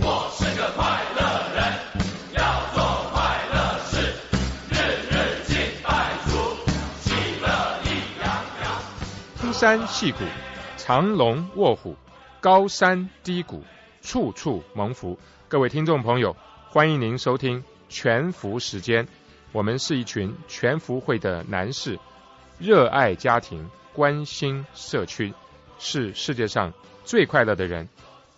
我是个快乐人，要做快乐事，日日进拜祖，喜乐一洋洋。孤山戏谷，藏龙卧虎，高山低谷，处处蒙福。各位听众朋友，欢迎您收听全福时间。我们是一群全福会的男士，热爱家庭，关心社区，是世界上最快乐的人。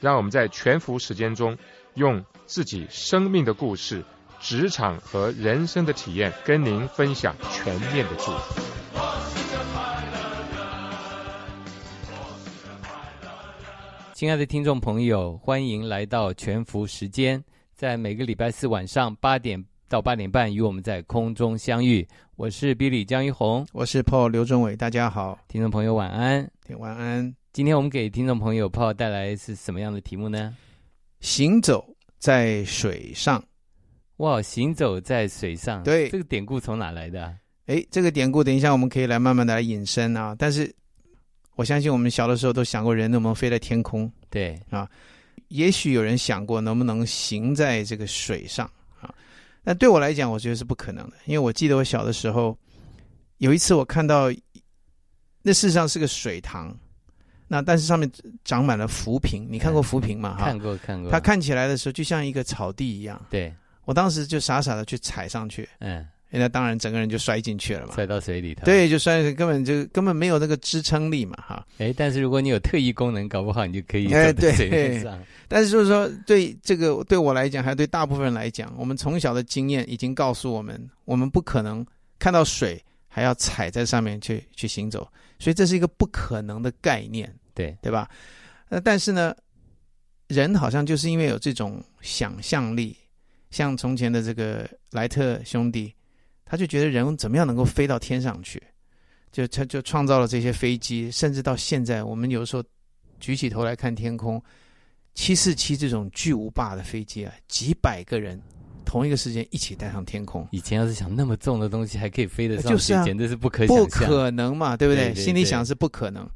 让我们在全福时间中，用自己生命的故事、职场和人生的体验，跟您分享全面的祝福。亲爱的听众朋友，欢迎来到全福时间，在每个礼拜四晚上八点到八点半与我们在空中相遇。我是 Billy 江一红，我是 Paul 刘政伟，大家好，听众朋友晚安。晚安。今天我们给听众朋友 Paul 带来是什么样的题目呢？行走在水上，哇，行走在水上，对这个典故从哪来的啊？哎，这个典故等一下我们可以来慢慢的来引申啊。但是我相信我们小的时候都想过人能不能飞在天空，对，也许有人想过能不能行在这个水上啊。但对我来讲，我觉得是不可能的，因为我记得我小的时候有一次我看到，那事实上是个水塘，那但是上面长满了浮萍，你看过浮萍吗？哈哎看，过看过，它看起来的时候就像一个草地一样。对，我当时就傻傻的去踩上去，嗯，哎那当然整个人就摔进去了嘛。摔到水里头。，对，就摔进去，根本就根本没有那个支撑力嘛，哈。哎，但是如果你有特异功能，搞不好你就可以哎走在对水面上。但是就是说，对这个对我来讲，还有对大部分人来讲，我们从小的经验已经告诉我们，我们不可能看到水还要踩在上面去去行走，所以这是一个不可能的概念，对对吧？呃，但是呢，人好像就是因为有这种想象力，像从前的这个莱特兄弟，他就觉得人怎么样能够飞到天上去，就他就创造了这些飞机，甚至到现在，我们有时候举起头来看天空。七四七这种巨无霸的飞机啊，几百个人同一个时间一起带上天空，以前要是想那么重的东西还可以飞得上去，就是啊简直是不可想不象。可能嘛，对不对对心里对想是不可能。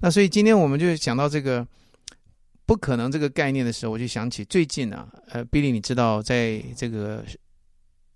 那所以今天我们就讲到这个不可能这个概念的时候，我就想起最近啊，呃，Billy，你知道在这个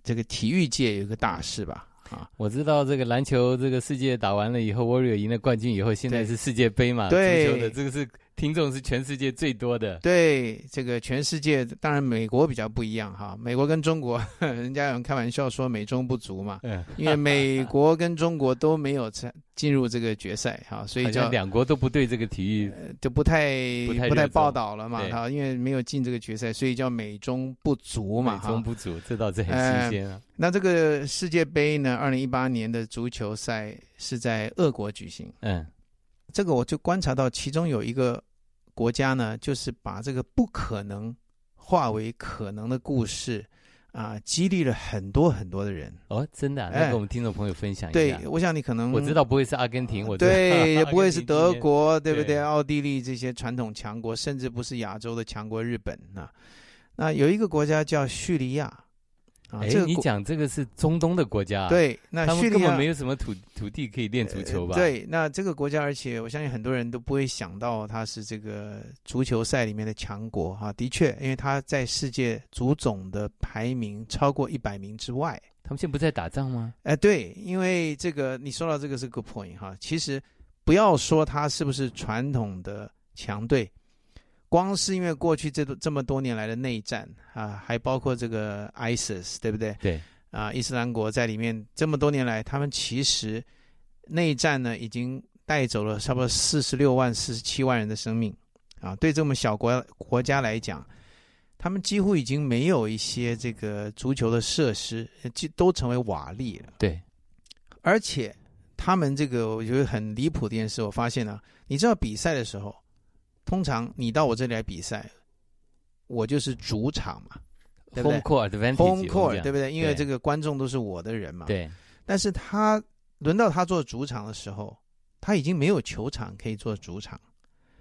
这个体育界有一个大事吧？啊，我知道这个篮球这个世界打完了以后，Warrior 赢了冠军以后，现在对是世界杯嘛，足对球的这个是听众是全世界最多的，对，这个全世界，当然美国比较不一样哈，美国跟中国， 人家有人开玩笑说美中不足嘛，嗯，因为美国跟中国都没有参进入这个决赛哈，所以好叫像两国都不对这个体育，就不太不太热衷报道了嘛对哈，因为没有进这个决赛，所以叫美中不足嘛美中哈。不足，这倒是很新鲜啊，那这个世界杯呢，二零一八年的足球赛是在俄国举行，嗯，这个我就观察到其中有一个国家呢，就是把这个不可能化为可能的故事啊，激励了很多很多的人。哦，真的啊、哎那跟我们听众朋友分享一对下，，我想你可能哎我知道不会是阿根廷，我知道 对，也不会是德，阿根廷今年国，对不对？对奥地利这些传统强国，甚至不是亚洲的强国，日本啊。那有一个国家叫叙利亚啊，这哎，个你国讲这个是中东的国家、，啊对，那他叙们利根亚本没有什么土土地可以练足球吧？呃，对，那这个国家，而且我相信很多人都不会想到它是这个足球赛里面的强国哈、的确，因为它在世界足总的排名超过一百名之外。他们现在不在打仗吗？哎，对，因为这个你说到这个是 good point 哈，其实不要说它是不是传统的强队，光是因为过去这多这么多年来的内战啊，还包括这个 ISIS，对不对？对，啊，伊斯兰国在里面这么多年来，他们其实内战呢已经带走了差不多四十六万、四十七万人的生命啊。对这么小国国家来讲，他们几乎已经没有一些这个足球的设施，呃几都成为瓦砾了。对，而且他们这个我觉得很离谱的一件事，我发现呢、你知道比赛的时候，通常你到我这里来比赛，我就是主场嘛对不 home 对 court advantage， ，home 我们 court 讲对不对？因为对这个观众都是我的人嘛。对，但是他轮到他做主场的时候，他已经没有球场可以做主场。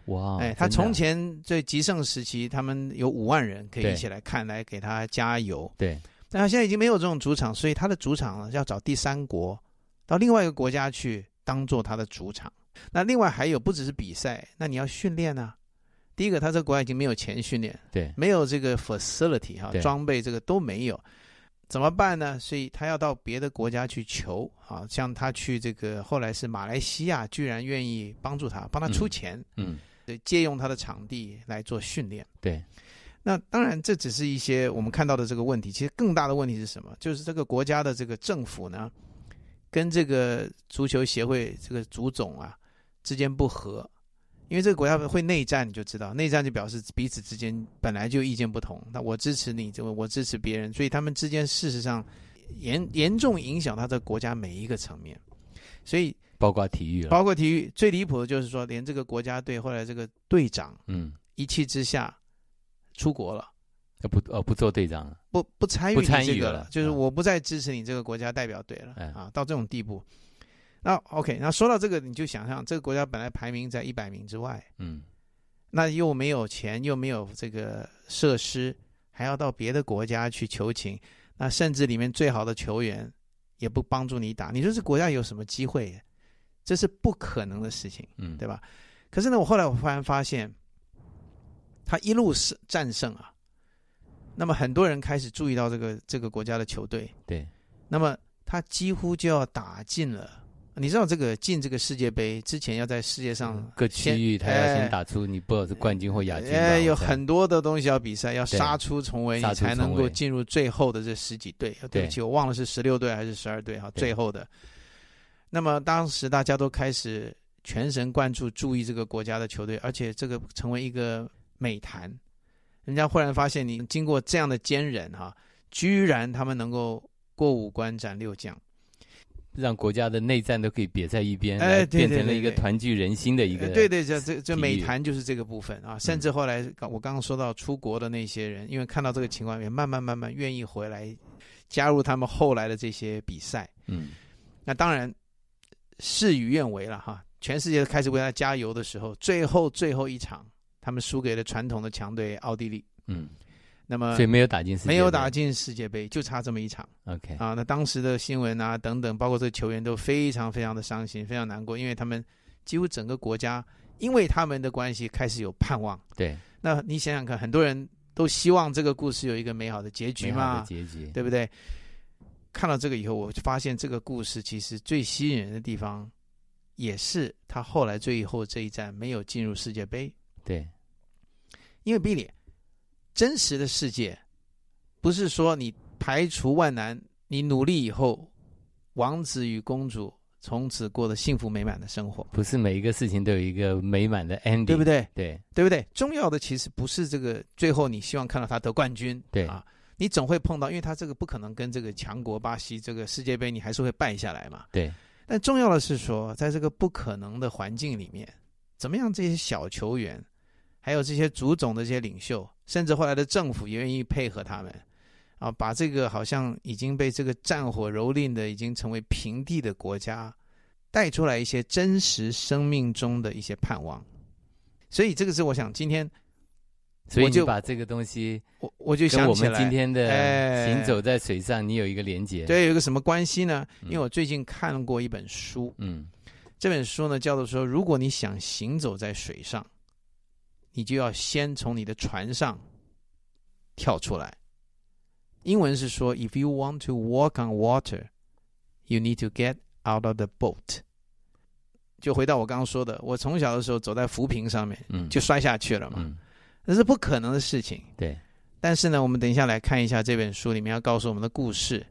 哇，哎，他真的啊从前最极盛时期，他们有五万人可以对一起来看，来给他加油。对但他现在已经没有这种主场，所以他的主场呢要找第三国，到另外一个国家去当做他的主场。那另外还有不只是比赛，那你要训练啊，第一个，他在国外已经没有钱训练，对，没有这个 facility 哈、对装备这个都没有，怎么办呢？所以他要到别的国家去求啊，像他去这个后来是马来西亚，居然愿意帮助他，帮他出钱，嗯，对借用他的场地来做训练。对，那当然，这只是一些我们看到的这个问题。其实更大的问题是什么？就是这个国家的这个政府呢，跟这个足球协会这个足总啊之间不和，因为这个国家会内战，你就知道，内战就表示彼此之间本来就意见不同。那我支持你，这我支持别人，所以他们之间事实上严严重影响他的国家每一个层面。所以，包括体育了，包括体育，最离谱的就是说，连这个国家队后来这个队长嗯，一气之下出国了。呃不呃不做队长了，不不参与不你参这与个了就是嗯我不再支持你这个国家代表队了、嗯啊，到这种地步。那 OK，那说到这个，你就想象这个国家本来排名在一百名之外，嗯，那又没有钱，又没有这个设施，还要到别的国家去求情，那甚至里面最好的球员也不帮助你打，你说这国家有什么机会？这是不可能的事情。嗯，对吧？可是呢，我后来我突然发现，他一路是战胜啊，那么很多人开始注意到这个这个国家的球队，对，那么他几乎就要打进了。你知道这个进这个世界杯之前要在世界上嗯各先区域他要哎先打出你不管是冠军或亚军吧，哎，我有猜很多的东西要比赛，要对杀出重围，杀你出才重能够围进入最后的这十几队。哦对对不起，我忘了是十六队还是十二队哈，对最后的。那么当时大家都开始全神贯注注意这个国家的球队，而且这个成为一个美谈。人家忽然发现你经过这样的坚忍哈、居然他们能够过五关斩六将。让国家的内战都可以别在一边，哎来对变对成了对一个对团聚人心的一个呃，对对，这这这体美育嗯谈就是这个部分啊，甚至后来我刚刚说到出国的那些人，因为看到这个情况，也慢慢慢慢愿意回来加入他们后来的这些比赛。嗯，那当然事与愿违了哈，全世界都开始为他加油的时候，最后最后一场他们输给了传统的强队奥地利，嗯，那么所以没有打进世界杯，没有打进世界杯，就差这么一场。 ，OK，啊，那当时的新闻啊等等，包括这个球员都非常非常的伤心，非常难过，因为他们几乎整个国家因为他们的关系开始有盼望。对，那你想想看，很多人都希望这个故事有一个美好的结局美好嘛的，结局，对不对？看到这个以后，我就发现这个故事其实最吸引人的地方，也是他后来最后这一站没有进入世界杯，对，因为比利，真实的世界不是说你排除万难，你努力以后，王子与公主从此过得幸福美满的生活，不是每一个事情都有一个美满的 ending，对不对？对？对不对？重要的其实不是这个，最后你希望看到他得冠军，对啊，你总会碰到，因为他这个不可能跟这个强国巴西这个世界杯，你还是会败下来嘛。对但重要的是说，在这个不可能的环境里面，怎么样这些小球员，还有这些足总的这些领袖，甚至后来的政府也愿意配合他们，啊，把这个好像已经被这个战火蹂躏的、已经成为平地的国家，带出来一些真实生命中的一些盼望。所以，这个是我想今天所以我你就把这个东西我我就跟想我起们来，今天的哎行走在水上，你有一个连接，，对有一个什么关系呢？因为嗯我最近看过一本书，嗯，这本书呢叫做说，如果你想行走在水上，你就要先从你的船上跳出来。英文是说，If you want to walk on water, you need to get out of the boat。就回到我刚刚说的，我从小的时候走在浮萍上面嗯，就摔下去了嘛，嗯，那是不可能的事情。对，但是呢，我们等一下来看一下这本书里面要告诉我们的故事。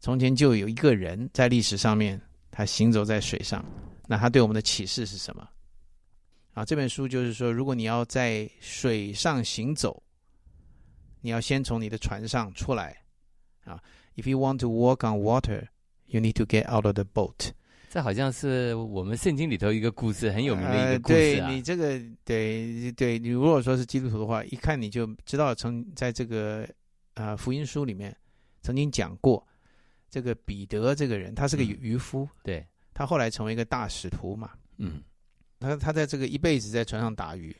从前就有一个人在历史上面，他行走在水上，那他对我们的启示是什么？啊，这本书就是说，如果你要在水上行走，你要先从你的船上出来啊。If you want to walk on water, you need to get out of the boat。这好像是我们圣经里头一个故事，很有名的一呃个故事啊对，你这个，对对，你如果说是基督徒的话，一看你就知道曾在这个呃福音书里面曾经讲过，这个彼得这个人，他是个嗯渔夫，对，他后来成为一个大使徒嘛。嗯，他他在这个一辈子在船上打鱼，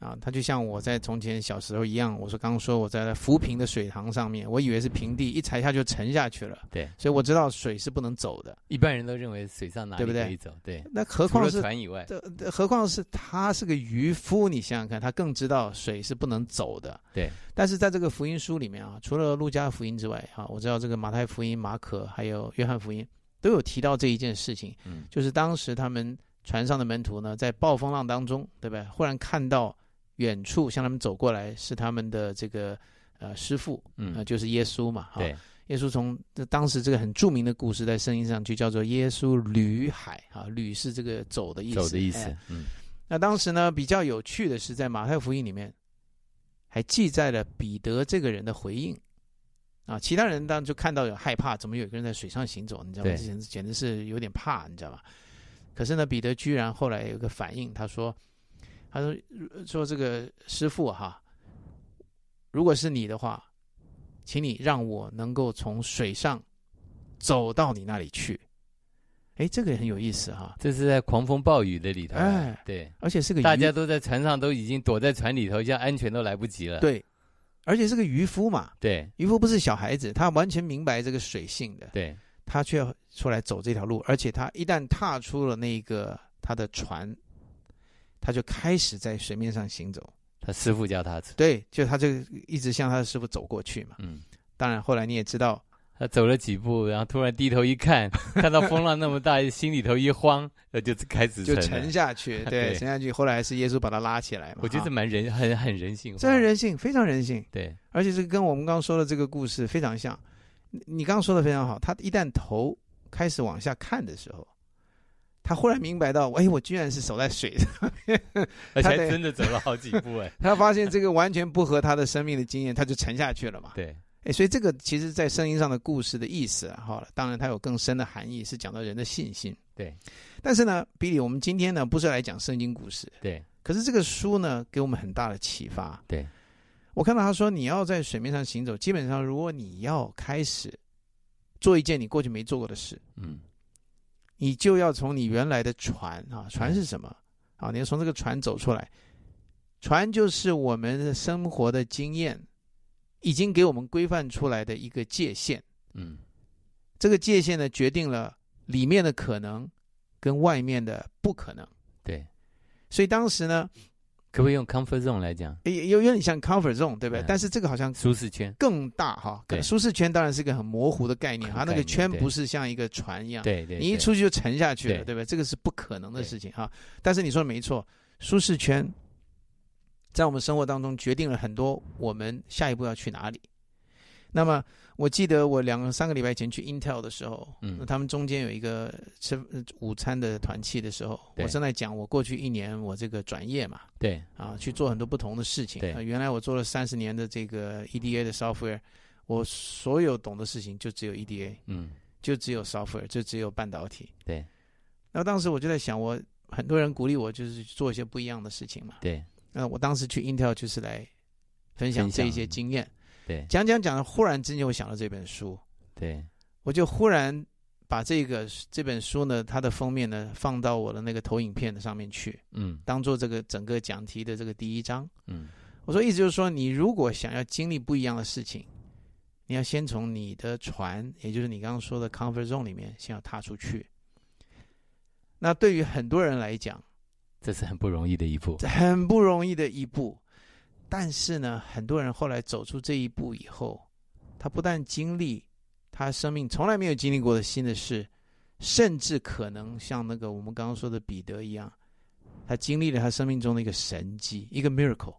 啊，它就像我在从前小时候一样，我说刚刚说我在浮萍的水塘上面，我以为是平地，一踩下就沉下去了。对，所以我知道水是不能走的。一般人都认为水上哪里对不对可以走，对，那何除况了是船以外，这这何况是他是个渔夫，你想想看，他更知道水是不能走的。对。但是在这个福音书里面啊，除了路加福音之外啊，我知道这个马太福音、马可还有约翰福音都有提到这一件事情，嗯就是当时他们船上的门徒呢，在暴风浪当中，对吧？忽然看到远处向他们走过来是他们的这个呃师傅，嗯呃，就是耶稣嘛。啊对，耶稣从这当时这个很著名的故事在圣经上就叫做耶稣旅海啊，旅是这个走的意思，走的意思哎，嗯，那当时呢，比较有趣的是，在马太福音里面还记载了彼得这个人的回应啊。其他人当然就看到有害怕，怎么有一个人在水上行走？你知道吗？对这简直简直是有点怕，你知道吧？可是呢，彼得居然后来有个反应，他说：“他说呃说这个师傅哈、如果是你的话，请你让我能够从水上走到你那里去。”哎，这个也很有意思哈、这是在狂风暴雨的里头啊，哎对，而且是个大鱼家都在船上，都已经躲在船里头，像安全都来不及了，对，而且是个渔夫嘛，对渔夫不是小孩子，他完全明白这个水性的，对他却出来走这条路，而且他一旦踏出了那个他的船，他就开始在水面上行走。他师傅教他走，对，就他就一直向他的师傅走过去嘛。嗯，当然，后来你也知道，他走了几步，然后突然低头一 看，看到风浪那么大，心里头一慌，那就开始就沉了沉 下去，对，对沉下去。后来是耶稣把他拉起来嘛。我觉得这啊蛮人，很很人性化，这很人性，非常人性，对而且这个跟我们刚刚说的这个故事非常像。你你刚刚说的非常好，他一旦头开始往下看的时候，他忽然明白到，哎，我居然是守在水上， 而且他还得，真的走了好几步哎他发现这个完全不合他的生命的经验，他就沉下去了嘛。 对，哎，所以这个其实，在圣经上的故事的意思啊，好了，当然它有更深的含义，是讲到人的信心。对，但是呢，比利，我们今天呢不是来讲圣经故事，对，可是这个书呢给我们很大的启发。对，我看到他说你要在水面上行走，基本上如果你要开始做一件你过去没做过的事，嗯，你就要从你原来的船嗯啊，船是什么啊？你要从这个船走出来。船就是我们的生活的经验，已经给我们规范出来的一个界限。嗯，这个界限呢，决定了里面的可能跟外面的不可能。对，所以当时呢，可不可以用 comfort zone 来讲？也有有点像 comfort zone，对不对？嗯但是这个好像舒适圈，更大哈。对舒适圈当然是一个很模糊的概念，很它概那个念圈对不是像一个船一样，对对，你一对出去就沉下去了，对对不对？这个是不可能的事情哈。但是你说的没错，舒适圈在我们生活当中决定了很多我们下一步要去哪里。那么我记得我两个三个礼拜前去 Intel 的时候，嗯那他们中间有一个吃呃午餐的团契的时候，对我正在讲我过去一年我这个转业嘛，对啊，去做很多不同的事情。对啊原来我做了三十年的这个 EDA 的 software，我所有懂的事情就只有 EDA。嗯就只有 software，就只有半导体。对。那当时我就在想，我很多人鼓励我，就是去做一些不一样的事情嘛。对那我当时去 Intel 就是来分享分享这一些经验，对讲讲讲，忽然之间我想到这本书，对，我就忽然把这个这本书呢，它的封面呢放到我的那个投影片的上面去，嗯当做这个整个讲题的这个第一章。嗯我说，意思就是说，你如果想要经历不一样的事情，你要先从你的船，也就是你刚刚说的 comfort zone 里面，先要踏出去。那对于很多人来讲，这是很不容易的一步这，很不容易的一步，但是呢，很多人后来走出这一步以后，他不但经历他生命从来没有经历过的新的事，甚至可能像那个我们刚刚说的彼得一样，他经历了他生命中的一个神迹，一个 miracle。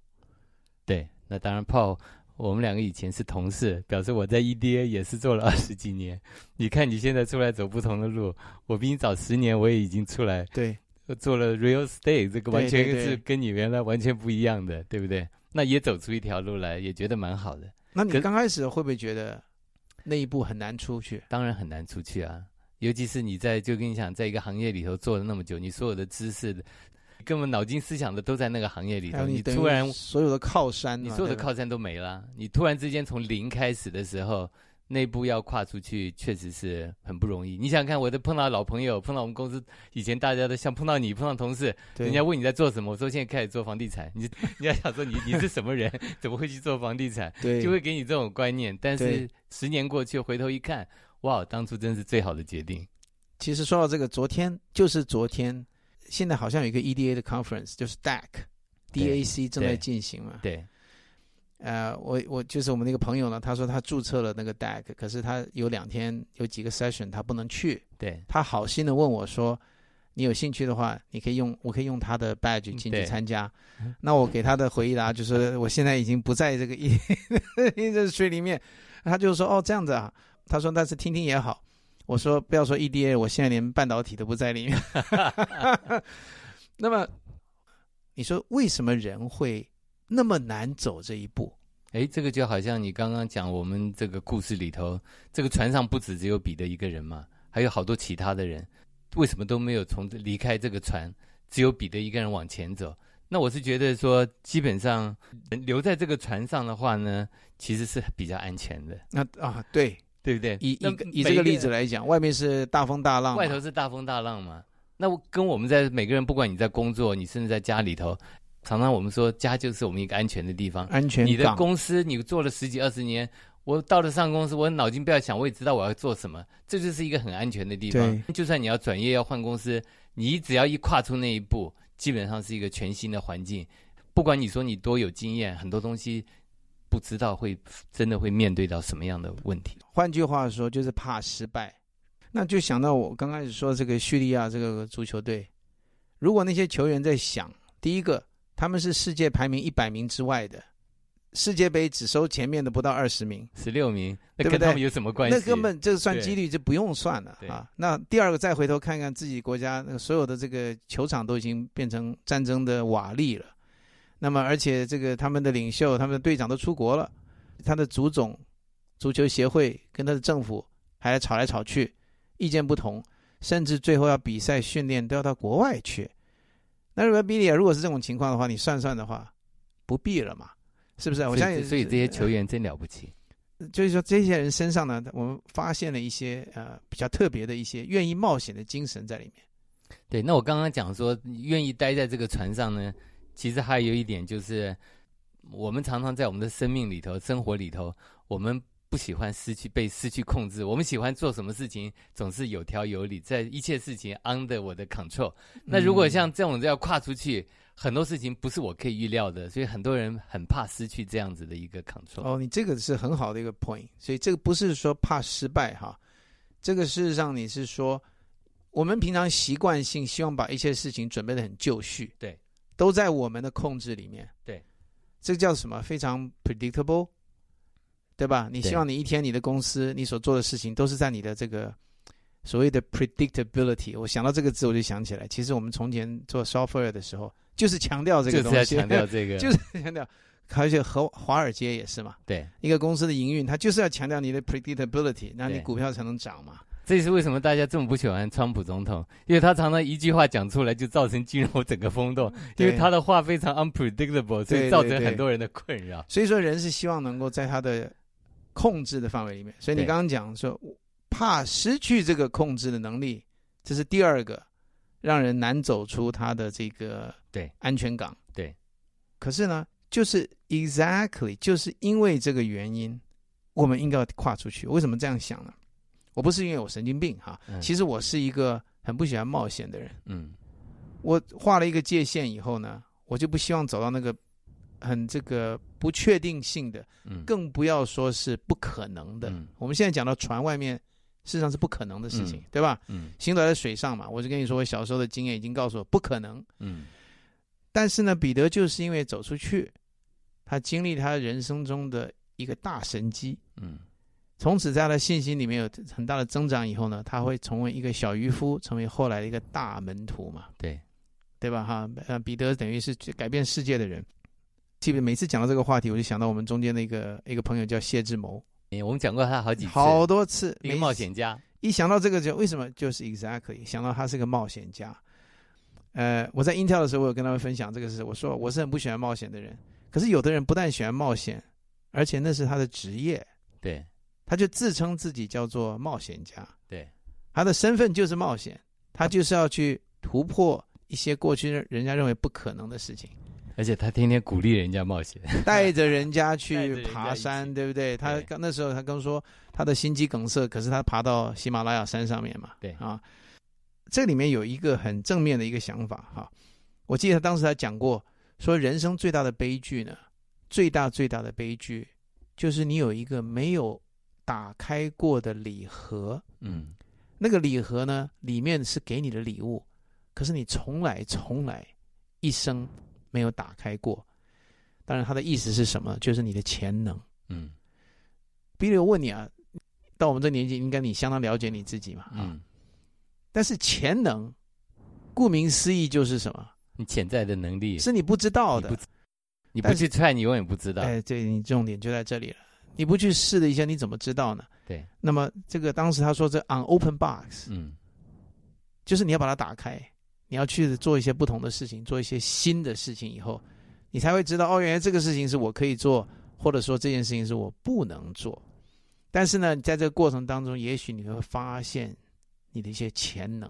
对，那当然炮。我们两个以前是同事，表示我在 EDA 也是做了二十几年。 你看你现在出来走不同的路，我比你早十年，我也已经出来对，做了 real estate，这个完全对对是对跟你原来完全不一样的，对不对？那也走出一条路来，也觉得蛮好的。那你可刚开始会不会觉得那一步很难出去？当然很难出去啊，尤其是你在就跟你讲，在一个行业里头做了那么久，你所有的知识的，根本脑筋思想的都在那个行业里还头，有你等于突然所有的靠山嘛，你所有的对吧靠山都没了，你突然之间从零开始的时候，内部要跨出去，确实是很不容易。你想想看，我都碰到老朋友，碰到我们公司以前大家都像碰到你，碰到同事，对人家问你在做什么，我说现在开始做房地产， 你人家想说你你是什么人， 怎么会去做房地产，对就会给你这种观念。但是对十年过去，回头一看，哇，当初真是最好的决定。其实说到这个，昨天就是昨天，现在好像有一个 EDA 的 conference，就是 DAC，DAC 正在进行嘛。对，呃，我我就是我们那个朋友呢，他说他注册了那个 DAC，可是他有两天有几个 session 他不能去，对，他好心的问我说：“你有兴趣的话，你可以用我可以用他的 badge 嗯进对嗯去参加。”那我给他的回答就是：“我现在已经不在这个 in- industry 里面。”他就说：“哦，这样子啊。”他说：“但是听听也好。”我说：“不要说 EDA，我现在连半导体都不在里面。” 那么，你说为什么人会那么难走这一步？哎，这个就好像你刚刚讲我们这个故事里头，这个船上不止只有彼得一个人嘛，还有好多其他的人，为什么都没有从这离开这个船，只有彼得一个人往前走？那我是觉得说，基本上人留在这个船上的话呢，其实是比较安全的，那啊，对，对不对？以那以以每这一个例子来讲，外面是大风大浪嘛，外头是大风大浪嘛。那我跟我们在每个人，不管你在工作，你甚至在家里头，常常我们说家就是我们一个安全的地方。安全你的港公司你做了十几二十年，我到了上公司，我脑筋不要想，我也知道我要做什么，这就是一个很安全的地方。就算你要转业要换公司，你只要一跨出那一步，基本上是一个全新的环境。不管你说你多有经验，很多东西不知道会真的会面对到什么样的问题。换句话说，就是怕失败。那就想到我刚开始说这个叙利亚这个足球队，如果那些球员在想，第一个他们是世界排名一百名之外的，世界杯只收前面的不到二十名，十六名，那对不跟他对们有什么关系？那根本这算对几率就不用算了对啊。那第二个再回头看看自己国家那个所有的这个球场都已经变成战争的瓦砾了，那么而且这个他们的领袖、他们的队长都出国了，他的足总、足球协会跟他的政府还吵来吵去，意见不同，甚至最后要比赛训练都要到国外去。那如果比利亚如果是这种情况的话，你算算的话，不必了嘛，是不是？所我以相信，所以这些球员真了不起。就是说，这些人身上呢，我们发现了一些呃比较特别的一些愿意冒险的精神在里面。对，那我刚刚讲说愿意待在这个船上呢，其实还有一点就是，我们常常在我们的生命里头、生活里头，我们不喜欢失去被失去控制，我们喜欢做什么事情总是有条有理，在一切事情 under 我的 control。那如嗯果像这种要跨出去，很多事情不是我可以预料的，所以很多人很怕失去这样子的一个 control。哦，你这个是很好的一个 point，所以这个不是说怕失败哈，这个事实上你是说，我们平常习惯性希望把一切事情准备的很就绪，对，都在我们的控制里面，对，这叫什么？非常 predictable，对吧？你对希望你一天你的公司你所做的事情都是在你的这个所谓的 predictability。我想到这个字我就想起来，其实我们从前做 software 的时候就是强调这就个是东要西，强调这个，就是 强调，而且和华尔街也是嘛。对，一个公司的营运，它就是要强调你的 predictability，那你对股票才能涨嘛。这也是为什么大家这么不喜欢川普总统，因为他常常一句话讲出来就造成金融整个风动，因 对为他的话非常 unpredictable，所以对造成对对很多人的困扰。所以说，人是希望能够在他的控制的范围里面。所以你对刚刚讲说，怕失去这个控制的能力，这是第二个让人难走出他的这个对安全港。对，可是呢，就是 exactly 就是因为这个原因，我们应该要跨出去。为什么这样想呢？我不是因为我神经病哈，嗯其实我是一个很不喜欢冒险的人。嗯，我画了一个界限以后呢，我就不希望走到那个很这个不确定性的，嗯更不要说是不可能的。嗯我们现在讲到船外面，事实上是不可能的事情，嗯对吧？嗯行走在水上嘛，我就跟你说，我小时候的经验已经告诉我不可能。嗯，但是呢，彼得就是因为走出去，他经历他人生中的一个大神机，嗯，从此在他的信心里面有很大的增长以后呢，他会成为一个小渔夫，成为后来的一个大门徒嘛。对，对吧？哈，呃，彼得等于是改变世界的人。记得每次讲到这个话题，我就想到我们中间的一个一个朋友叫谢志谋，诶我们讲过他好几次，好多次一每个次冒险家，一想到这个就为什么就是 exactly 想到他是个冒险家。呃，我在 Intel 的时候，我有跟他们分享这个事，我说我是很不喜欢冒险的人，可是有的人不但喜欢冒险，而且那是他的职业，对，他就自称自己叫做冒险家，对，他的身份就是冒险，他就是要去突破一些过去人人家认为不可能的事情，而且他天天鼓励人家冒 险， 带着人家带着去人家爬一山，起对不对？他对刚那时候他跟我说他的心肌梗塞，可是他爬到喜马拉雅山上面嘛，对啊，这里面有一个很正面的一个想法哈、我记得他当时他讲过，说人生最大的悲剧呢，最大最大的悲剧就是你有一个没有打开过的礼盒，嗯，那个礼盒呢，里面是给你的礼物，可是你从来从来一生没有打开过。当然，他的意思是什么？就是你的潜能。嗯 Billy，我问你啊，到我们这年纪，应该你相当了解你自己嘛？啊、嗯，但是潜能，顾名思义就是什么？你潜在的能力，是你不知道你的不。你不但是去踹，你永远不知道。哎，对你重点就在这里了。你不去试了一下，你怎么知道呢？对。那么这个当时他说这 on open box，嗯就是你要把它打开，你要去做一些不同的事情，做一些新的事情以后，你才会知道哦，原来这个事情是我可以做，或者说这件事情是我不能做。但是呢，在这个过程当中，也许你会发现你的一些潜能。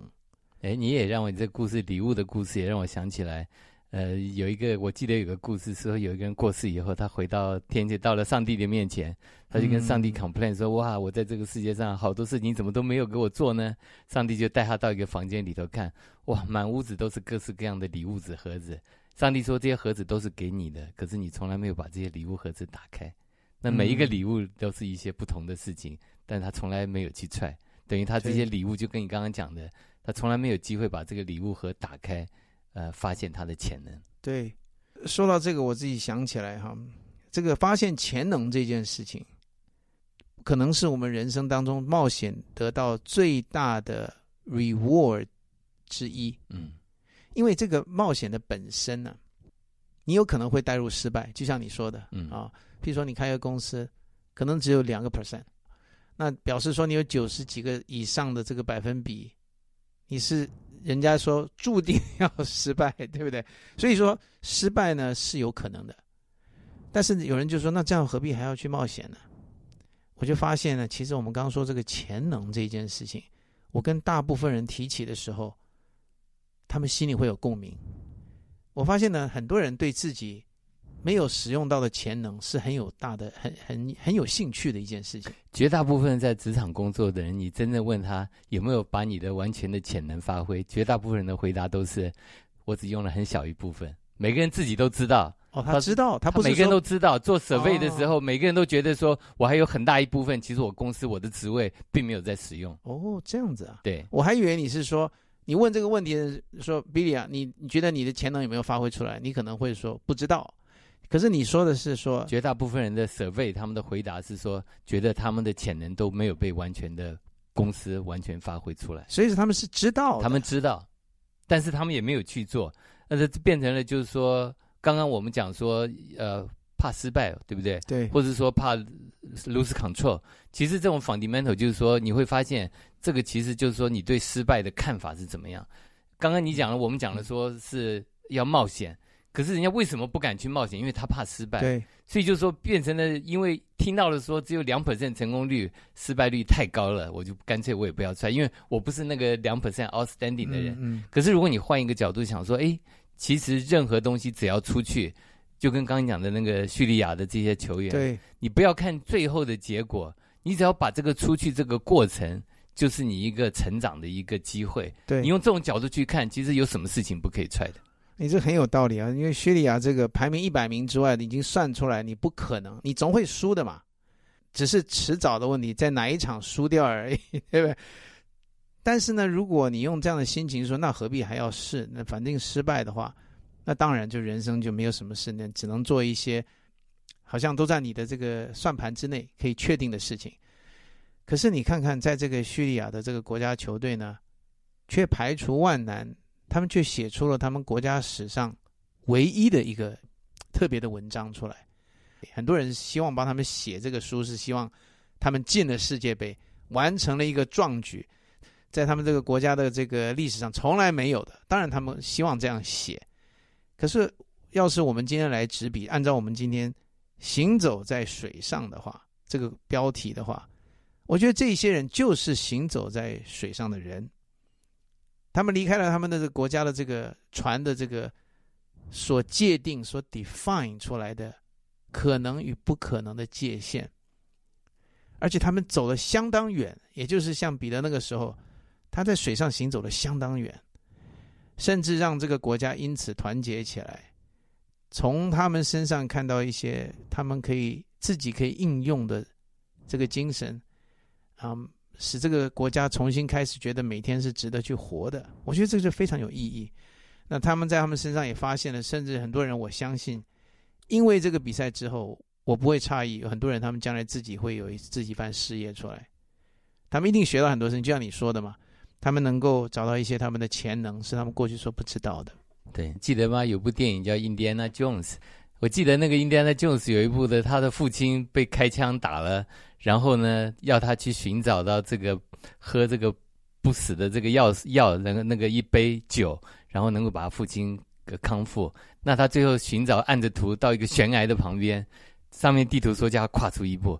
哎，你也让我你这故事礼物的故事也让我想起来，呃，有一个我记得有个故事说，有一个人过世以后，他回到天界，到了上帝的面前，他就跟上帝嗯 complain 说：“哇，我在这个世界上好多事情怎么都没有给我做呢？”上帝就带他到一个房间里头看，哇，满屋子都是各式各样的礼物纸盒子。上帝说：“这些盒子都是给你的，可是你从来没有把这些礼物盒子打开。那每一个嗯礼物都是一些不同的事情，但他从来没有去踹，等于他这对些礼物就跟你刚刚讲的，他从来没有机会把这个礼物盒打开，呃，发现他的潜能。对，说到这个，我自己想起来哈，这个发现潜能这件事情，可能是我们人生当中冒险得到最大的 reward 之一。嗯因为这个冒险的本身呢、你有可能会带入失败，就像你说的，嗯啊，譬如说你开个公司，可能只有两个 percent，那表示说你有九十几个以上的这个百分比，你是人家说注定要失败，对不对？所以说失败呢是有可能的，但是有人就说，那这样何必还要去冒险呢？我就发现呢，其实我们刚刚说这个潜能这件事情，我跟大部分人提起的时候，他们心里会有共鸣。我发现呢，很多人对自己没有使用到的潜能是很有大的、很很很有兴趣的一件事情。绝大部分在职场工作的人，你真正问他有没有把你的完全的潜能发挥，绝大部分人的回答都是我只用了很小一部分。每个人自己都知道，哦，他他知道，他不是每个人说哦都知道。做 survey 的时候，每个人都觉得说我还有很大一部分，其实我公司我的职位并没有在使用。哦这样子啊，对，我还以为你是说你问这个问题的时候说 Billy 啊，你你觉得你的潜能有没有发挥出来？你可能会说不知道，可是你说的是说绝大部分人的 survey 他们的回答是说，觉得他们的潜能都没有被完全的公司完全发挥出来。所以说他们是知道的，他们知道，但是他们也没有去做，那这变成了就是说，刚刚我们讲说，呃，怕失败，对不对？对或者说怕 lose control。其实这种 fundamental 就是说，你会发现这个其实就是说你对失败的看法是怎么样。刚刚你讲了，我们讲了说是要冒险，可是人家为什么不敢去冒险？因为他怕失败。对所以就说变成了，因为听到了说只有两 percent 成功率，失败率太高了，我就干脆我也不要踹，因为我不是那个两 percent outstanding 的人。嗯，嗯可是如果你换一个角度想说，哎，其实任何东西只要出去，就跟刚刚讲的那个叙利亚的这些球员，对你不要看最后的结果，你只要把这个出去这个过程，就是你一个成长的一个机会。对，你用这种角度去看，其实有什么事情不可以踹的？你这很有道理啊，因为叙利亚这个排名一百名之外的已经算出来，你不可能，你总会输的嘛，只是迟早的问题，在哪一场输掉而已， 对不对？但是呢，如果你用这样的心情说，那何必还要试？那反正失败的话，那当然就人生就没有什么事，那只能做一些好像都在你的这个算盘之内可以确定的事情。可是你看看，在这个叙利亚的这个国家球队呢，却排除万难，他们却写出了他们国家史上唯一的一个特别的文章出来。很多人希望帮他们写这个书，是希望他们进了世界杯，完成了一个壮举，在他们这个国家的这个历史上从来没有的。当然，他们希望这样写。可是，要是我们今天来执笔，按照我们今天行走在水上的话，这个标题的话，我觉得这些人就是行走在水上的人，他们离开了他们的这个国家的这个船的这个所界定、所 define 出来的可能与不可能的界限，而且他们走了相当远，也就是像彼得那个时候，他在水上行走了相当远，甚至让这个国家因此团结起来，从他们身上看到一些他们可以自己可以应用的这个精神。啊、使这个国家重新开始觉得每天是值得去活的。我觉得这个就非常有意义。那他们在他们身上也发现了，甚至很多人我相信，因为这个比赛之后，我不会诧异，有很多人他们将来自己会有一自己一番事业出来，他们一定学到很多事情，就像你说的嘛，他们能够找到一些他们的潜能，是他们过去所不知道的。对，记得吗？有部电影叫《印第安纳 Jones》，我记得那个印第安纳 Jones 有一部的，他的父亲被开枪打了，然后呢，要他去寻找到这个喝这个不死的这个药药，那个那个一杯酒，然后能够把他父亲给康复。那他最后寻找按着图到一个悬崖的旁边，上面地图说叫他跨出一步。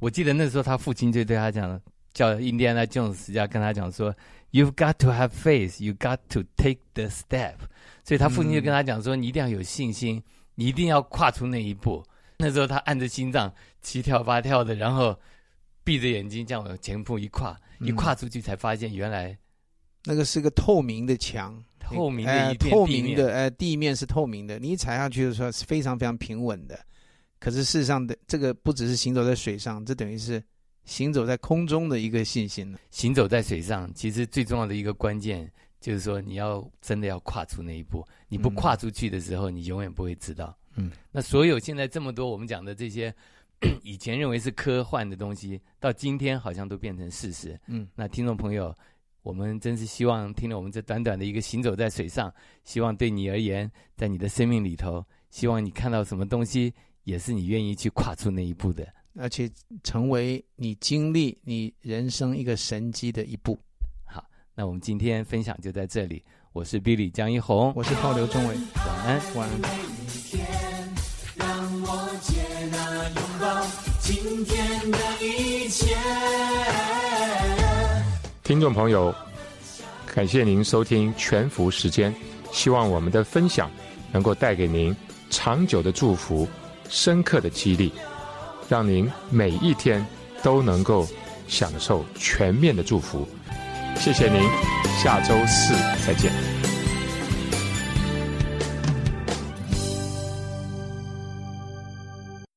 我记得那时候他父亲就对他讲，叫印第安纳 Jones 要跟他讲说，You've got to have faith, you got to take the step。所以他父亲就跟他讲说：“你一定要有信心，你一定要跨出那一步。”那时候他按着心脏七跳八跳的，然后闭着眼睛这样往前步一跨，一跨出去才发现原来嗯那个是个透明的墙，透明呃的一片透地明面的呃地面是透明的，你一踩下去的时候是非常非常平稳的。可是事实上的这个不只是行走在水上，这等于是行走在空中的一个信心了。行走在水上，其实最重要的一个关键就是说，你要真的要跨出那一步。你不嗯跨出去的时候，你永远不会知道。嗯，那所有现在这么多我们讲的这些以前认为是科幻的东西，到今天好像都变成事实。嗯，那听众朋友，我们真是希望听了我们这短短的一个行走在水上，希望对你而言，在你的生命里头，希望你看到什么东西，也是你愿意去跨出那一步的。而且成为你经历你人生一个神机的一步。那我们今天分享就在这里，我是 Billy 江一红，我是泡刘中伟，晚安。晚安。听众朋友，感谢您收听全福时间，希望我们的分享能够带给您长久的祝福、深刻的激励，让您每一天都能够享受全面的祝福。谢谢您，下周四再见。